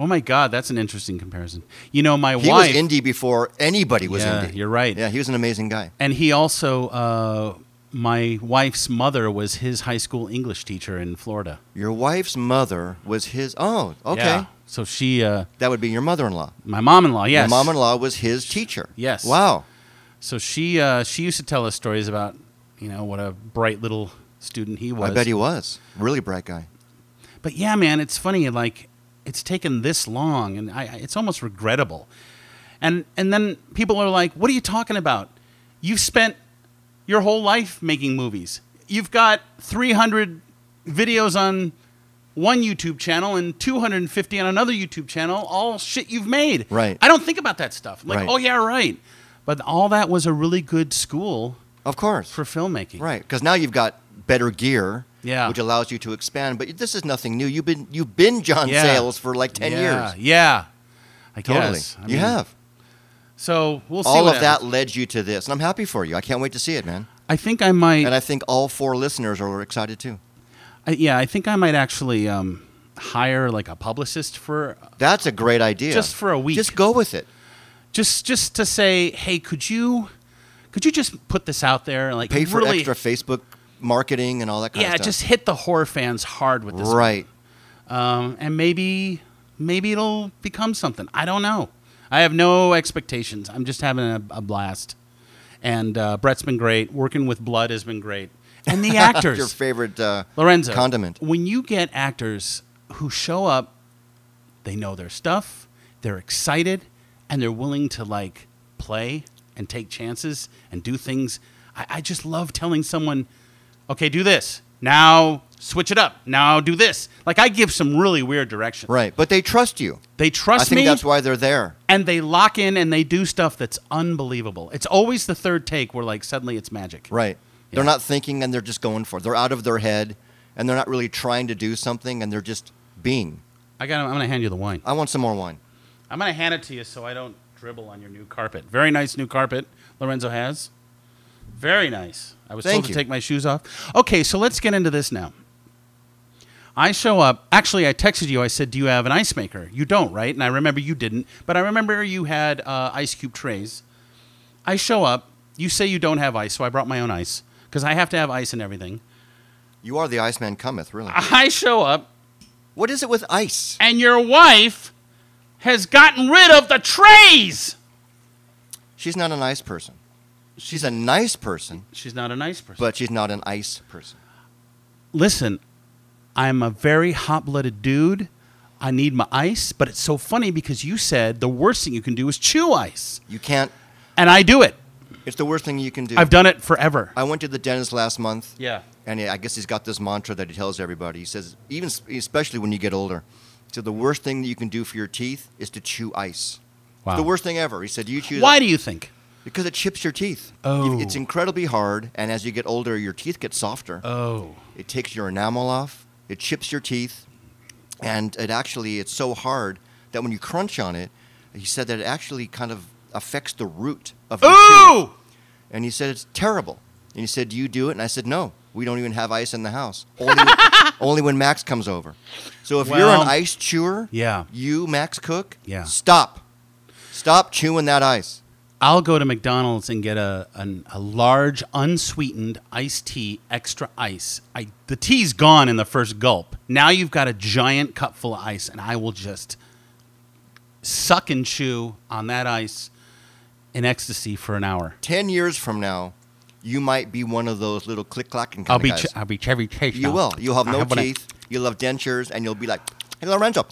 S2: Oh my God, that's an interesting comparison. You know, my
S1: He
S2: wife
S1: was indie before anybody was
S2: Yeah,
S1: indie.
S2: you're right.
S1: Yeah, he was an amazing guy.
S2: and he also uh, my wife's mother was his high school English teacher in Florida.
S1: Your wife's mother was his. Oh, okay.
S2: Yeah. So she, uh,
S1: That would be your mother-in-law.
S2: my mom-in-law, yes,
S1: Your mom-in-law was his teacher.
S2: Yes.
S1: Wow.
S2: So she uh, she used to tell us stories about you know what a bright little student he was.
S1: I bet he was really bright guy.
S2: But yeah, man, it's funny. Like it's taken this long, and I, I- it's almost regrettable. And and then people are like, "What are you talking about? You've spent your whole life making movies. You've got 300 videos on one YouTube channel and 250 on another YouTube channel. All shit you've made.
S1: Right.
S2: I don't think about that stuff. Like,
S1: Right.
S2: oh yeah, right. But all that was a really good school
S1: Of course.
S2: for filmmaking.
S1: Right, because now you've got better gear,
S2: Yeah.
S1: which allows you to expand. But this is nothing new. You've been you've been John
S2: Yeah.
S1: Sayles for like ten
S2: yeah,
S1: years.
S2: Yeah. I
S1: Totally,
S2: guess. I
S1: you
S2: mean,
S1: have.
S2: So we'll see.
S1: All
S2: what
S1: of
S2: happens.
S1: that led you to this, and I'm happy for you. I can't wait to see it, man.
S2: I think I might.
S1: And I think all four listeners are excited too.
S2: I, yeah, I think I might actually um, hire like a publicist for
S1: That's a great idea.
S2: Just for a week.
S1: Just go with it.
S2: just just to say, hey, could you could you just put this out there? Like
S1: Pay for
S2: really,
S1: extra Facebook marketing and all that kind
S2: yeah,
S1: of stuff.
S2: just hit the horror fans hard with this,
S1: right.
S2: Um, and maybe maybe it'll become something. I don't know. I have no expectations. I'm just having a, a blast. And uh, Brett's been great. Working with Blood has been great. And the actors,
S1: Your favorite uh,
S2: Lorenzo.
S1: condiment.
S2: When you get actors who show up, they know their stuff, they're excited, and they're willing to like play and take chances and do things. I, I just love telling someone, okay, do this. Now switch it up. Now do this. Like I give some really weird directions.
S1: Right, but they trust you.
S2: They
S1: I
S2: trust
S1: think
S2: me
S1: that's why they're there.
S2: and they lock in and they do stuff that's unbelievable. It's always the third take where like suddenly it's magic.
S1: Right. They're
S2: Yeah.
S1: not thinking and they're just going for it. They're out of their head and they're not really trying to do something and they're just being.
S2: I got I'm going to hand you the wine.
S1: I want some more wine.
S2: I'm gonna hand it to you so I don't dribble on your new carpet. Very nice new carpet Lorenzo has. Very nice. I was
S1: Thank
S2: told
S1: you.
S2: to take my shoes off. Okay, so let's get into this now. I show up. Actually, I texted you. I said, "Do you have an ice maker?" You don't, right? And I remember you didn't, but I remember you had uh, ice cube trays. I show up. You say you don't have ice, so I brought my own ice because I have to have ice and everything.
S1: You are the Iceman cometh, really.
S2: I show up,
S1: What is it with ice?
S2: and your wife has gotten rid of the trays.
S1: She's not a nice person. She's a nice person,
S2: She's not a nice person.
S1: but she's not an ice person.
S2: listen, I'm a very hot blooded dude. I need my ice, but it's so funny because you said the worst thing you can do is chew ice.
S1: You can't,
S2: And I do it.
S1: it's the worst thing you can do.
S2: I've done it forever.
S1: I went to the dentist last month.
S2: Yeah.
S1: And I guess he's got this mantra that he tells everybody. He says, even especially when you get older, so the worst thing that you can do for your teeth is to chew ice. It's
S2: Wow.
S1: The worst thing ever. He said, you chew
S2: Why do you think?
S1: Because it chips your teeth.
S2: Oh.
S1: It's incredibly hard, and as you get older, your teeth get softer.
S2: Oh.
S1: It takes your enamel off. It chips your teeth, and it actually it's so hard that when you crunch on it, he said that it actually kind of affects the root of your tooth.
S2: Ooh!
S1: And he said it's terrible. And he said, "Do you do it?" And I said, "No, we don't even have ice in the house. Only, when- only when Max comes over. So if you're
S2: Well-
S1: an ice chewer,
S2: Yeah.
S1: you Max Cook,
S2: Yeah.
S1: stop, stop chewing that ice.
S2: I'll go to McDonald's and get a, an, a large unsweetened iced tea, extra ice. I, the tea's gone in the first gulp. Now you've got a giant cup full of ice, and I will just suck and chew on that ice in ecstasy for an hour.
S1: Ten years from now." You might be one of those little click clacking kind
S2: I'll
S1: of
S2: be,
S1: guys.
S2: ch- I'll be cherry chase.
S1: You will. You'll have no
S2: Happening.
S1: teeth. You'll have dentures, and you'll be like, "Hey, Lorenzo."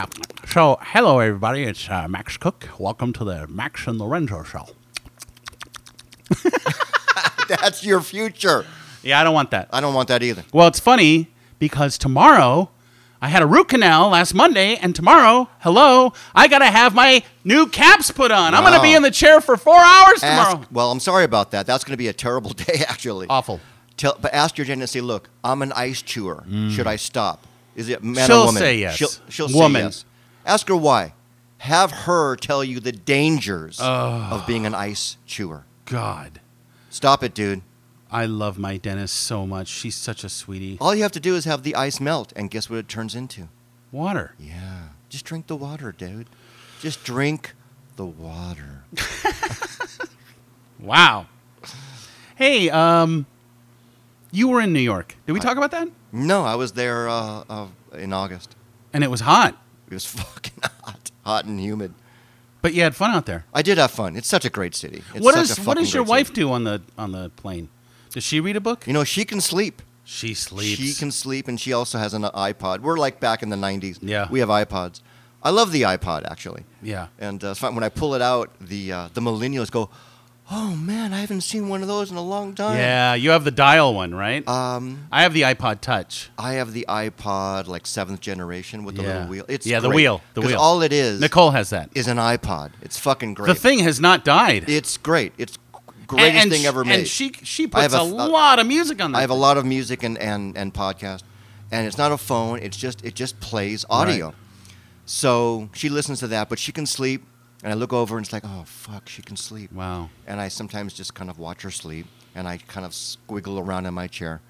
S2: So, hello everybody. It's uh, Max Cook. Welcome to the Max and Lorenzo show.
S1: That's your future.
S2: Yeah, I don't want that.
S1: I don't want that either.
S2: Well, it's funny because tomorrow I had a root canal last Monday, and tomorrow, hello, I gotta have my new caps put on. I'm gonna
S1: Wow.
S2: be in the chair for four hours tomorrow.
S1: Ask, well, I'm sorry about that. That's going to be a terrible day, actually.
S2: Awful.
S1: Tell, but ask your dentist. Say, look, I'm an ice chewer. Should I stop? Is it man
S2: Mm. She'll
S1: or woman?
S2: say yes.
S1: She'll, she'll
S2: Woman.
S1: say yes. Ask her why. Have her tell you the dangers of being an ice chewer.
S2: God,
S1: Stop it, dude.
S2: I love my dentist so much. She's such a sweetie.
S1: All you have to do is have the ice melt, and guess what it turns into?
S2: Water.
S1: Yeah. Just drink the water, dude. Just drink the water.
S2: Wow. Hey, um, you were in New York. Did we talk about that?
S1: no, I was there uh, uh, in August.
S2: And it was hot,
S1: It was fucking hot, hot and humid.
S2: but you had fun out there.
S1: I did have fun. It's such a great city. It's
S2: what
S1: such
S2: does
S1: a
S2: what
S1: fucking
S2: does your
S1: great
S2: wife
S1: city.
S2: do on the on the plane? Does she read a book?
S1: You know, she can sleep.
S2: She sleeps.
S1: She can sleep, and she also has an iPod. We're like back in the '90s.
S2: Yeah.
S1: we have iPods. I love the iPod actually.
S2: Yeah.
S1: And uh, it's fine. when I pull it out, the uh, the millennials go, "Oh man, I haven't seen one of those in a long time."
S2: Yeah, you have the dial one, right?
S1: Um,
S2: I have the iPod Touch.
S1: I have the iPod like seventh generation with the
S2: Yeah.
S1: little wheel. It's
S2: Yeah, the
S1: great,
S2: wheel, the
S1: 'cause
S2: wheel.
S1: all it is
S2: Nicole has that.
S1: is an iPod. It's fucking great.
S2: The thing has not died.
S1: It's great. It's greatest
S2: and, and
S1: thing
S2: sh-
S1: ever made.
S2: And she she
S1: I have
S2: puts a,
S1: a th-
S2: lot of music on that.
S1: I have a lot of music and, and, and podcast, and it's not a phone. It's just it just plays audio.
S2: Right.
S1: So she listens to that, but she can sleep. And I look over and it's like, oh fuck, she can sleep.
S2: Wow.
S1: And I sometimes just kind of watch her sleep, and I kind of squiggle around in my chair,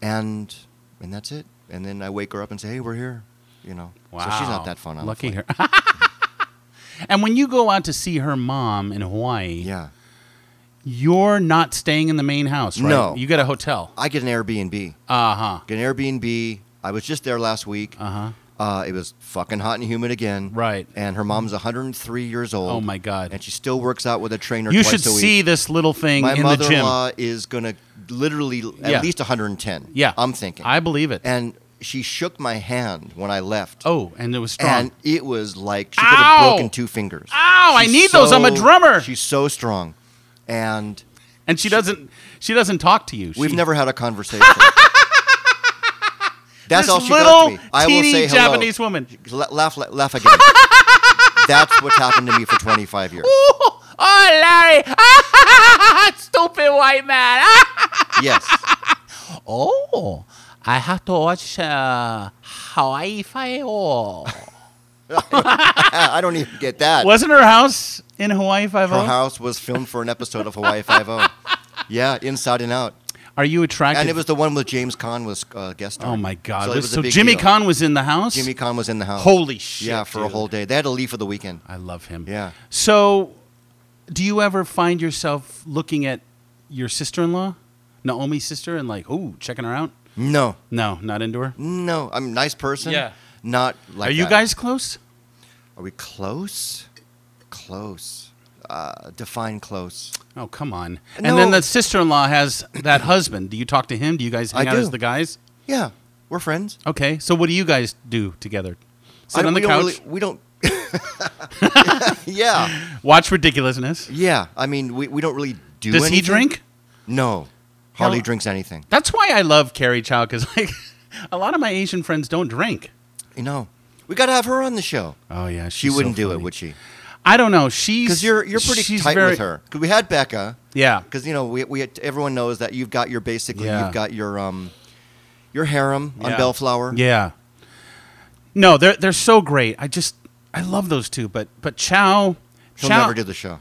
S1: and and that's it. And then I wake her up and say, hey, we're here. You know.
S2: Wow.
S1: So she's not that fun. On the
S2: Lucky
S1: flight.
S2: her. and when you go out to see her mom in Hawaii,
S1: Yeah.
S2: you're not staying in the main house, right?
S1: No.
S2: You get a hotel.
S1: I get an Airbnb.
S2: Uh huh.
S1: Get an Airbnb. I was just there last week.
S2: Uh-huh.
S1: Uh, it was fucking hot and humid again.
S2: Right.
S1: And her mom's 103 years old.
S2: Oh, my God.
S1: And she still works out with a trainer.
S2: You
S1: twice
S2: should
S1: a week.
S2: see this little thing
S1: my
S2: in the gym.
S1: mother-in-law is gonna literally at
S2: Yeah.
S1: least 110.
S2: Yeah.
S1: I'm thinking.
S2: I believe it.
S1: and she shook my hand when I left.
S2: oh, and it was strong.
S1: And it was like she could have
S2: Ow!
S1: broken two fingers.
S2: Ow, I
S1: She's
S2: need those. I'm a
S1: so-
S2: drummer.
S1: She's so strong, and
S2: and she, doesn't she doesn't talk to you.
S1: We've
S2: She-
S1: never had a conversation. That's
S2: This
S1: all she
S2: little
S1: got to me. I will
S2: teeny
S1: say hello.
S2: Japanese woman.
S1: La- laugh, la- laugh again. That's what's happened to me for 25 years.
S2: Oh, Larry! Stupid white man!
S1: Yes.
S2: oh, I have to watch uh, Hawaii Five-O.
S1: I don't even get that.
S2: Wasn't her house in Hawaii
S1: Her
S2: Five-O?
S1: house was filmed for an episode of Hawaii Five-O. Yeah, Inside and Out,
S2: Are you attracted?
S1: and it was the one with James Caan was uh, guest star.
S2: oh my
S1: So,
S2: God! So,
S1: it was a big
S2: Jimmy
S1: deal.
S2: Kahn was in the house.
S1: Jimmy Caan was in the house.
S2: Holy shit!
S1: yeah, for a
S2: dude.
S1: whole day. They had to leave for the weekend.
S2: I love him.
S1: Yeah.
S2: So, do you ever find yourself looking at your sister-in-law, Naomi's sister, and like, ooh, checking her out?
S1: No,
S2: No, not into her.
S1: no, I'm a nice person.
S2: Yeah.
S1: Not like.
S2: Are you
S1: that.
S2: guys close?
S1: Are we close? Close. Uh, define close.
S2: Oh, come on.
S1: No.
S2: And then the sister in law has that husband. Do you talk to him? Do you guys hang
S1: I
S2: out as
S1: do.
S2: the guys?
S1: Yeah, we're friends.
S2: Okay. So what do you guys do together? Sit
S1: I-
S2: on the
S1: we
S2: couch,
S1: Don't really, we don't. yeah,
S2: watch ridiculousness.
S1: yeah. I mean, we, we don't really do.
S2: Does he
S1: anything.
S2: drink?
S1: No, hardly
S2: How-
S1: drinks anything.
S2: That's why I love Carrie Chow because like a lot of my Asian friends don't drink.
S1: You know, we got to have her on the show.
S2: Oh yeah,
S1: She wouldn't do it, would she?
S2: I don't know. She's
S1: Because you're you're pretty
S2: she's
S1: tight
S2: very,
S1: with her. Because we had Becca.
S2: Yeah.
S1: Because you know we, we everyone knows that you've got your basically
S2: Yeah.
S1: you've got your um your harem on
S2: Yeah.
S1: Bellflower.
S2: Yeah. No, they're they're so great. I just I love those two, but but Chow
S1: She'll
S2: Chow,
S1: never do the show.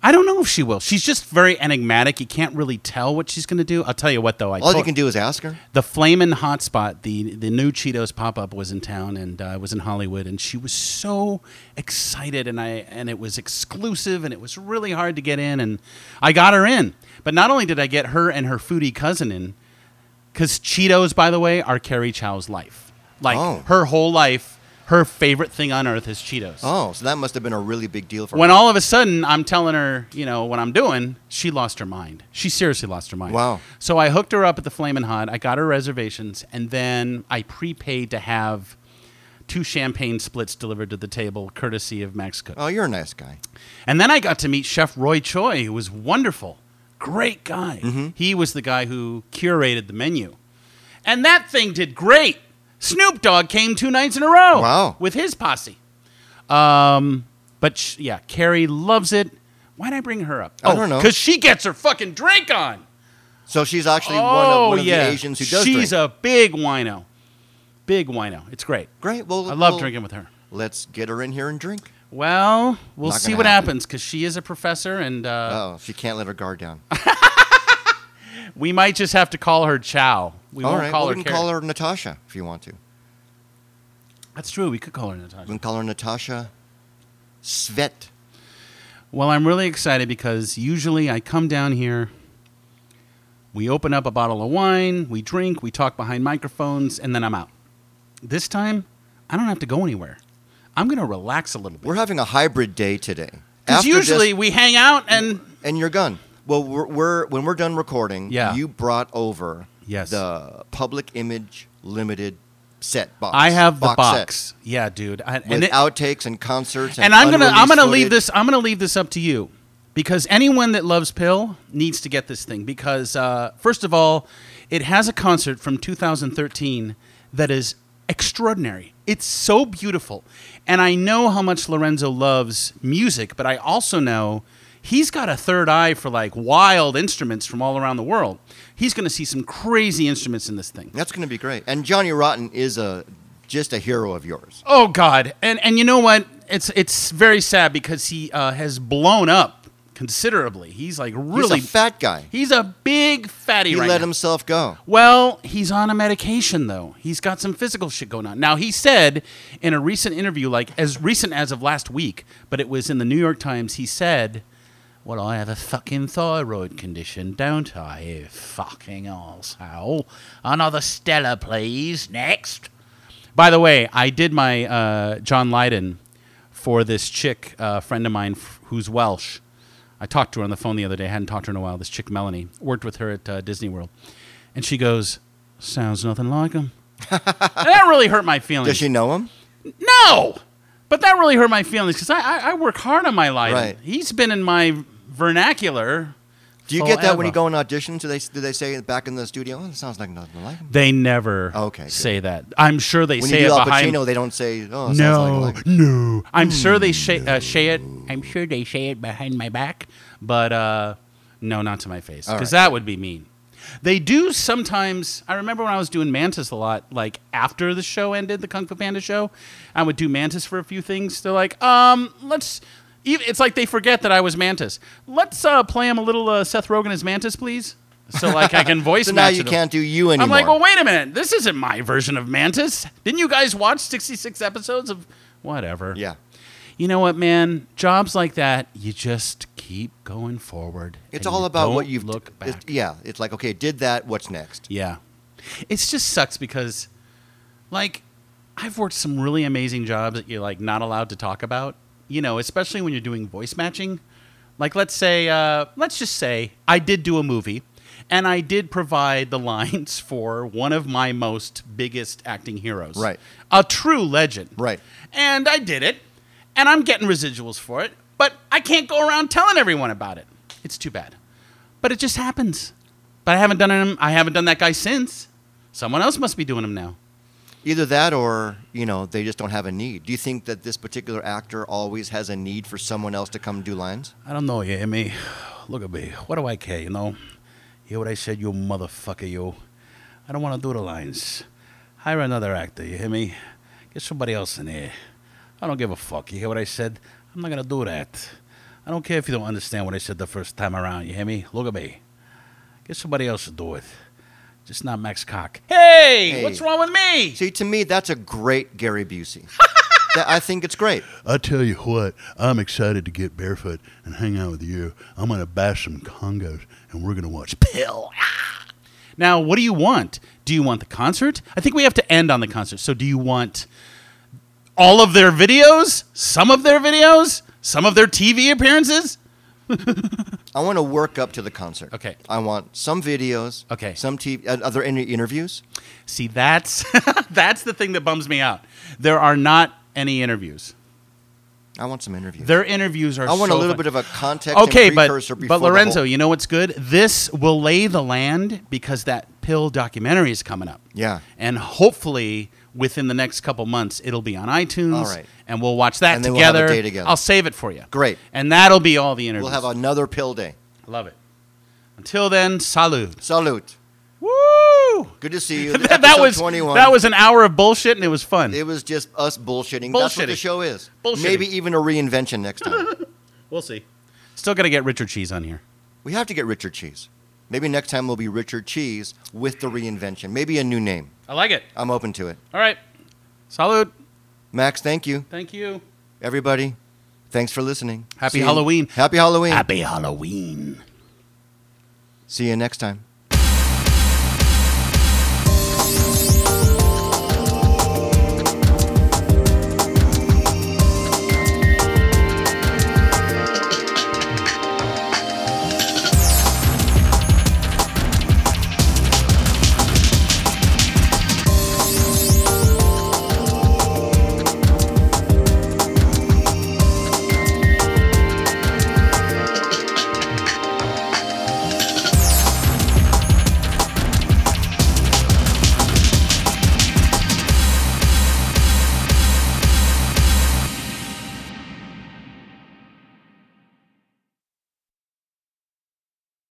S2: I don't know if she will. She's just very enigmatic. You can't really tell what she's going to do. I'll tell you what, though. I
S1: All you
S2: told-
S1: can do is ask her.
S2: the Flamin' Hotspot, the the new Cheetos pop up, was in town, and uh, I was in Hollywood, and she was so excited, and I and it was exclusive, and it was really hard to get in, and I got her in. But not only did I get her and her foodie cousin in, because Cheetos, by the way, are Carrie Chow's life. Like
S1: Oh.
S2: her whole life, her favorite thing on earth is Cheetos
S1: Oh, so that must have been a really big deal for
S2: when
S1: her.
S2: all of a sudden I'm telling her, you know, what I'm doing, she lost her mind. She seriously lost her mind.
S1: Wow.
S2: So I hooked her up at the Flamin' Hot. I got her reservations, and then I prepaid to have two champagne splits delivered to the table, courtesy of Max Cook.
S1: Oh, you're a nice guy.
S2: And then I got to meet Chef Roy Choi, who was wonderful, great guy.
S1: Mm-hmm.
S2: He was the guy who curated the menu, and that thing did great. Snoop Dogg came two nights in a row.
S1: Wow.
S2: with his posse. Um, but sh- yeah, Carrie loves it. Why'd I bring her up? Oh,
S1: I don't know.
S2: because she gets her fucking drink on.
S1: So she's actually one
S2: oh
S1: of, one of
S2: yeah,
S1: the Asians who does
S2: she's
S1: drink.
S2: a big wino, big wino. It's great.
S1: Great. Well,
S2: I love
S1: well,
S2: drinking with her.
S1: Let's get her in here and drink.
S2: Well, we'll
S1: Not
S2: see
S1: gonna
S2: what
S1: happen.
S2: happens because she is a professor, and uh,
S1: Oh, she can't let her guard down.
S2: we might just have to call her Chow. We
S1: All
S2: won't
S1: right,
S2: call
S1: well,
S2: her.
S1: we can
S2: Karen.
S1: call her Natasha if you want to.
S2: That's true. We could call her
S1: We
S2: Natasha.
S1: can call her Natasha Svet.
S2: Well, I'm really excited because usually I come down here, we open up a bottle of wine, we drink, we talk behind microphones, and then I'm out. This time, I don't have to go anywhere. I'm going to relax a little bit.
S1: We're having a hybrid day today.
S2: Because
S1: After this-
S2: usually we hang out and
S1: and you're gone. Well, we're, we're when we're done recording.
S2: Yeah.
S1: you brought over
S2: Yes.
S1: the public image limited set box.
S2: I have the box.
S1: set
S2: Yeah, dude. I,
S1: with
S2: and it,
S1: outtakes and concerts. And,
S2: and I'm gonna I'm
S1: unreleased
S2: gonna leave
S1: footage.
S2: this I'm gonna leave this up to you because anyone that loves Pill needs to get this thing because uh, first of all, it has a concert from 2013 that is extraordinary. It's so beautiful, and I know how much Lorenzo loves music, but I also know. He's got a third eye for like wild instruments from all around the world. He's going to see some crazy instruments in this thing.
S1: That's gonna be great. And Johnny Rotten is a just a hero of yours.
S2: Oh God, and and you know what? It's it's very sad because he uh, has blown up considerably. He's like really
S1: He's a fat guy.
S2: He's a big fatty
S1: He
S2: right
S1: let
S2: now.
S1: himself go.
S2: Well, he's on a medication though. He's got some physical shit going on. Now he said in a recent interview, like as recent as of last week, but it was in the New York Times. He said, "Well, I have a fucking thyroid condition, don't I? You fucking asshole! Another Stella, please. Next." By the way, I did my uh, John Lydon for this chick, uh, friend of mine f- who's Welsh. I talked to her on the phone the other day. I hadn't talked to her in a while. This chick, Melanie, worked with her at uh, Disney World. And she goes, Sounds nothing like him. And that really hurt my feelings.
S1: Does she know him?
S2: No! But that really hurt my feelings because I, I, I work hard on my Lydon.
S1: Right.
S2: He's been in my vernacular.
S1: Do you get that when
S2: forever.
S1: you go on auditions? Do they do they say back in the studio? Oh, it sounds like nothing like him.
S2: They never
S1: Okay, good.
S2: say that. I'm sure they
S1: When
S2: say
S1: you do
S2: it
S1: Al
S2: behind.
S1: Pacino, they don't say, "Oh, it sounds
S2: no,
S1: like, like
S2: no. I'm sure they shay, uh, shay it. I'm sure they shay it behind my back, but uh, no, not to my face,
S1: All
S2: because
S1: right.
S2: that would be mean. They do sometimes. I remember when I was doing Mantis a lot, like after the show ended, the Kung Fu Panda show, I would do Mantis for a few things. They're like, um, let's. ev- It's like they forget that I was Mantis. Let's uh, play him a little uh, Seth Rogen as Mantis, please. So like I can voice.
S1: So now
S2: match
S1: you
S2: it.
S1: can't do you anymore.
S2: I'm like, well, wait a minute. This isn't my version of Mantis. Didn't you guys watch 66 episodes of whatever?
S1: yeah.
S2: You know what, man? Jobs like that, you just keep going forward.
S1: It's
S2: and
S1: all
S2: you
S1: about what
S2: don't
S1: you've
S2: look
S1: it's-
S2: back.
S1: yeah, it's like okay, did that? What's next?
S2: Yeah. It just sucks because, like, I've worked some really amazing jobs that you're, like, not allowed to talk about, you know, especially when you're doing voice matching. Like, let's say, uh, let's just say I did do a movie and I did provide the lines for one of my most biggest acting heroes.
S1: Right.
S2: A true legend.
S1: Right.
S2: And I did it and I'm getting residuals for it, but I can't go around telling everyone about it. It's too bad but it just happens. But I haven't done him. I haven't done that guy since. Someone else must be doing him now.
S1: Either that or, you know, they just don't have a need. Do you think that this particular actor always has a need for someone else to come do lines?
S2: I don't know, you hear me? Look at me. What do I care, you know? Hear what I said, you motherfucker, you. I don't want to do the lines. Hire another actor, you hear me? Get somebody else in here. I don't give a fuck, you hear what I said? I'm not going to do that. I don't care if you don't understand what I said the first time around, you hear me? Look at me. Get somebody else to do it. Just not Max Cock. Hey,
S1: Hey.
S2: what's wrong with me?
S1: See, to me, that's a great Gary Busey. that, I think it's great.
S3: I tell you what, I'm excited to get barefoot and hang out with you. I'm gonna bash some congos and we're gonna watch
S2: pill. Ah. Now, what do you want? Do you want the concert? I think we have to end on the concert. So, do you want all of their videos? Some of their videos? Some of their TV appearances?
S1: I want to work up to the concert.
S2: Okay.
S1: I want some videos.
S2: Okay.
S1: Some TV. Are are there any interviews?
S2: See, that's that's the thing that bums me out. There are not any interviews.
S1: I want some interviews.
S2: Their interviews are
S1: I want
S2: so
S1: a little
S2: fun.
S1: bit of a context
S2: okay,
S1: and
S2: but
S1: precursor before
S2: but
S1: the whole-
S2: Lorenzo, you know what's good? This will lay the land because that pill documentary is coming up.
S1: Yeah.
S2: and hopefully within the next couple months it'll be on iTunes.
S1: All right.
S2: and we'll watch that
S1: And then we'll have a
S2: together.
S1: day together.
S2: I'll save it for you.
S1: Great.
S2: and that'll be all the interviews.
S1: We'll have another pill day.
S2: Love it. Until then, salud.
S1: Salute.
S2: Woo!
S1: Good to see you.
S2: that, that
S1: Episode
S2: was
S1: 21.
S2: that was an hour of bullshit, and it was fun.
S1: It was just us bullshitting. That's what the
S2: Bullshitting.
S1: show is.
S2: Bullshitting.
S1: Maybe even a reinvention next time.
S2: we'll see. Still gotta get Richard Cheese on here.
S1: we have to get Richard Cheese. Maybe next time will be Richard Cheese with the reinvention. Maybe a new name.
S2: I like it.
S1: I'm open to it.
S2: All right, salud.
S1: Max, thank you.
S2: Thank you.
S1: Everybody, thanks for listening.
S2: Happy
S1: See you-
S2: Halloween.
S1: Happy Halloween.
S2: Happy Halloween.
S1: See you next time.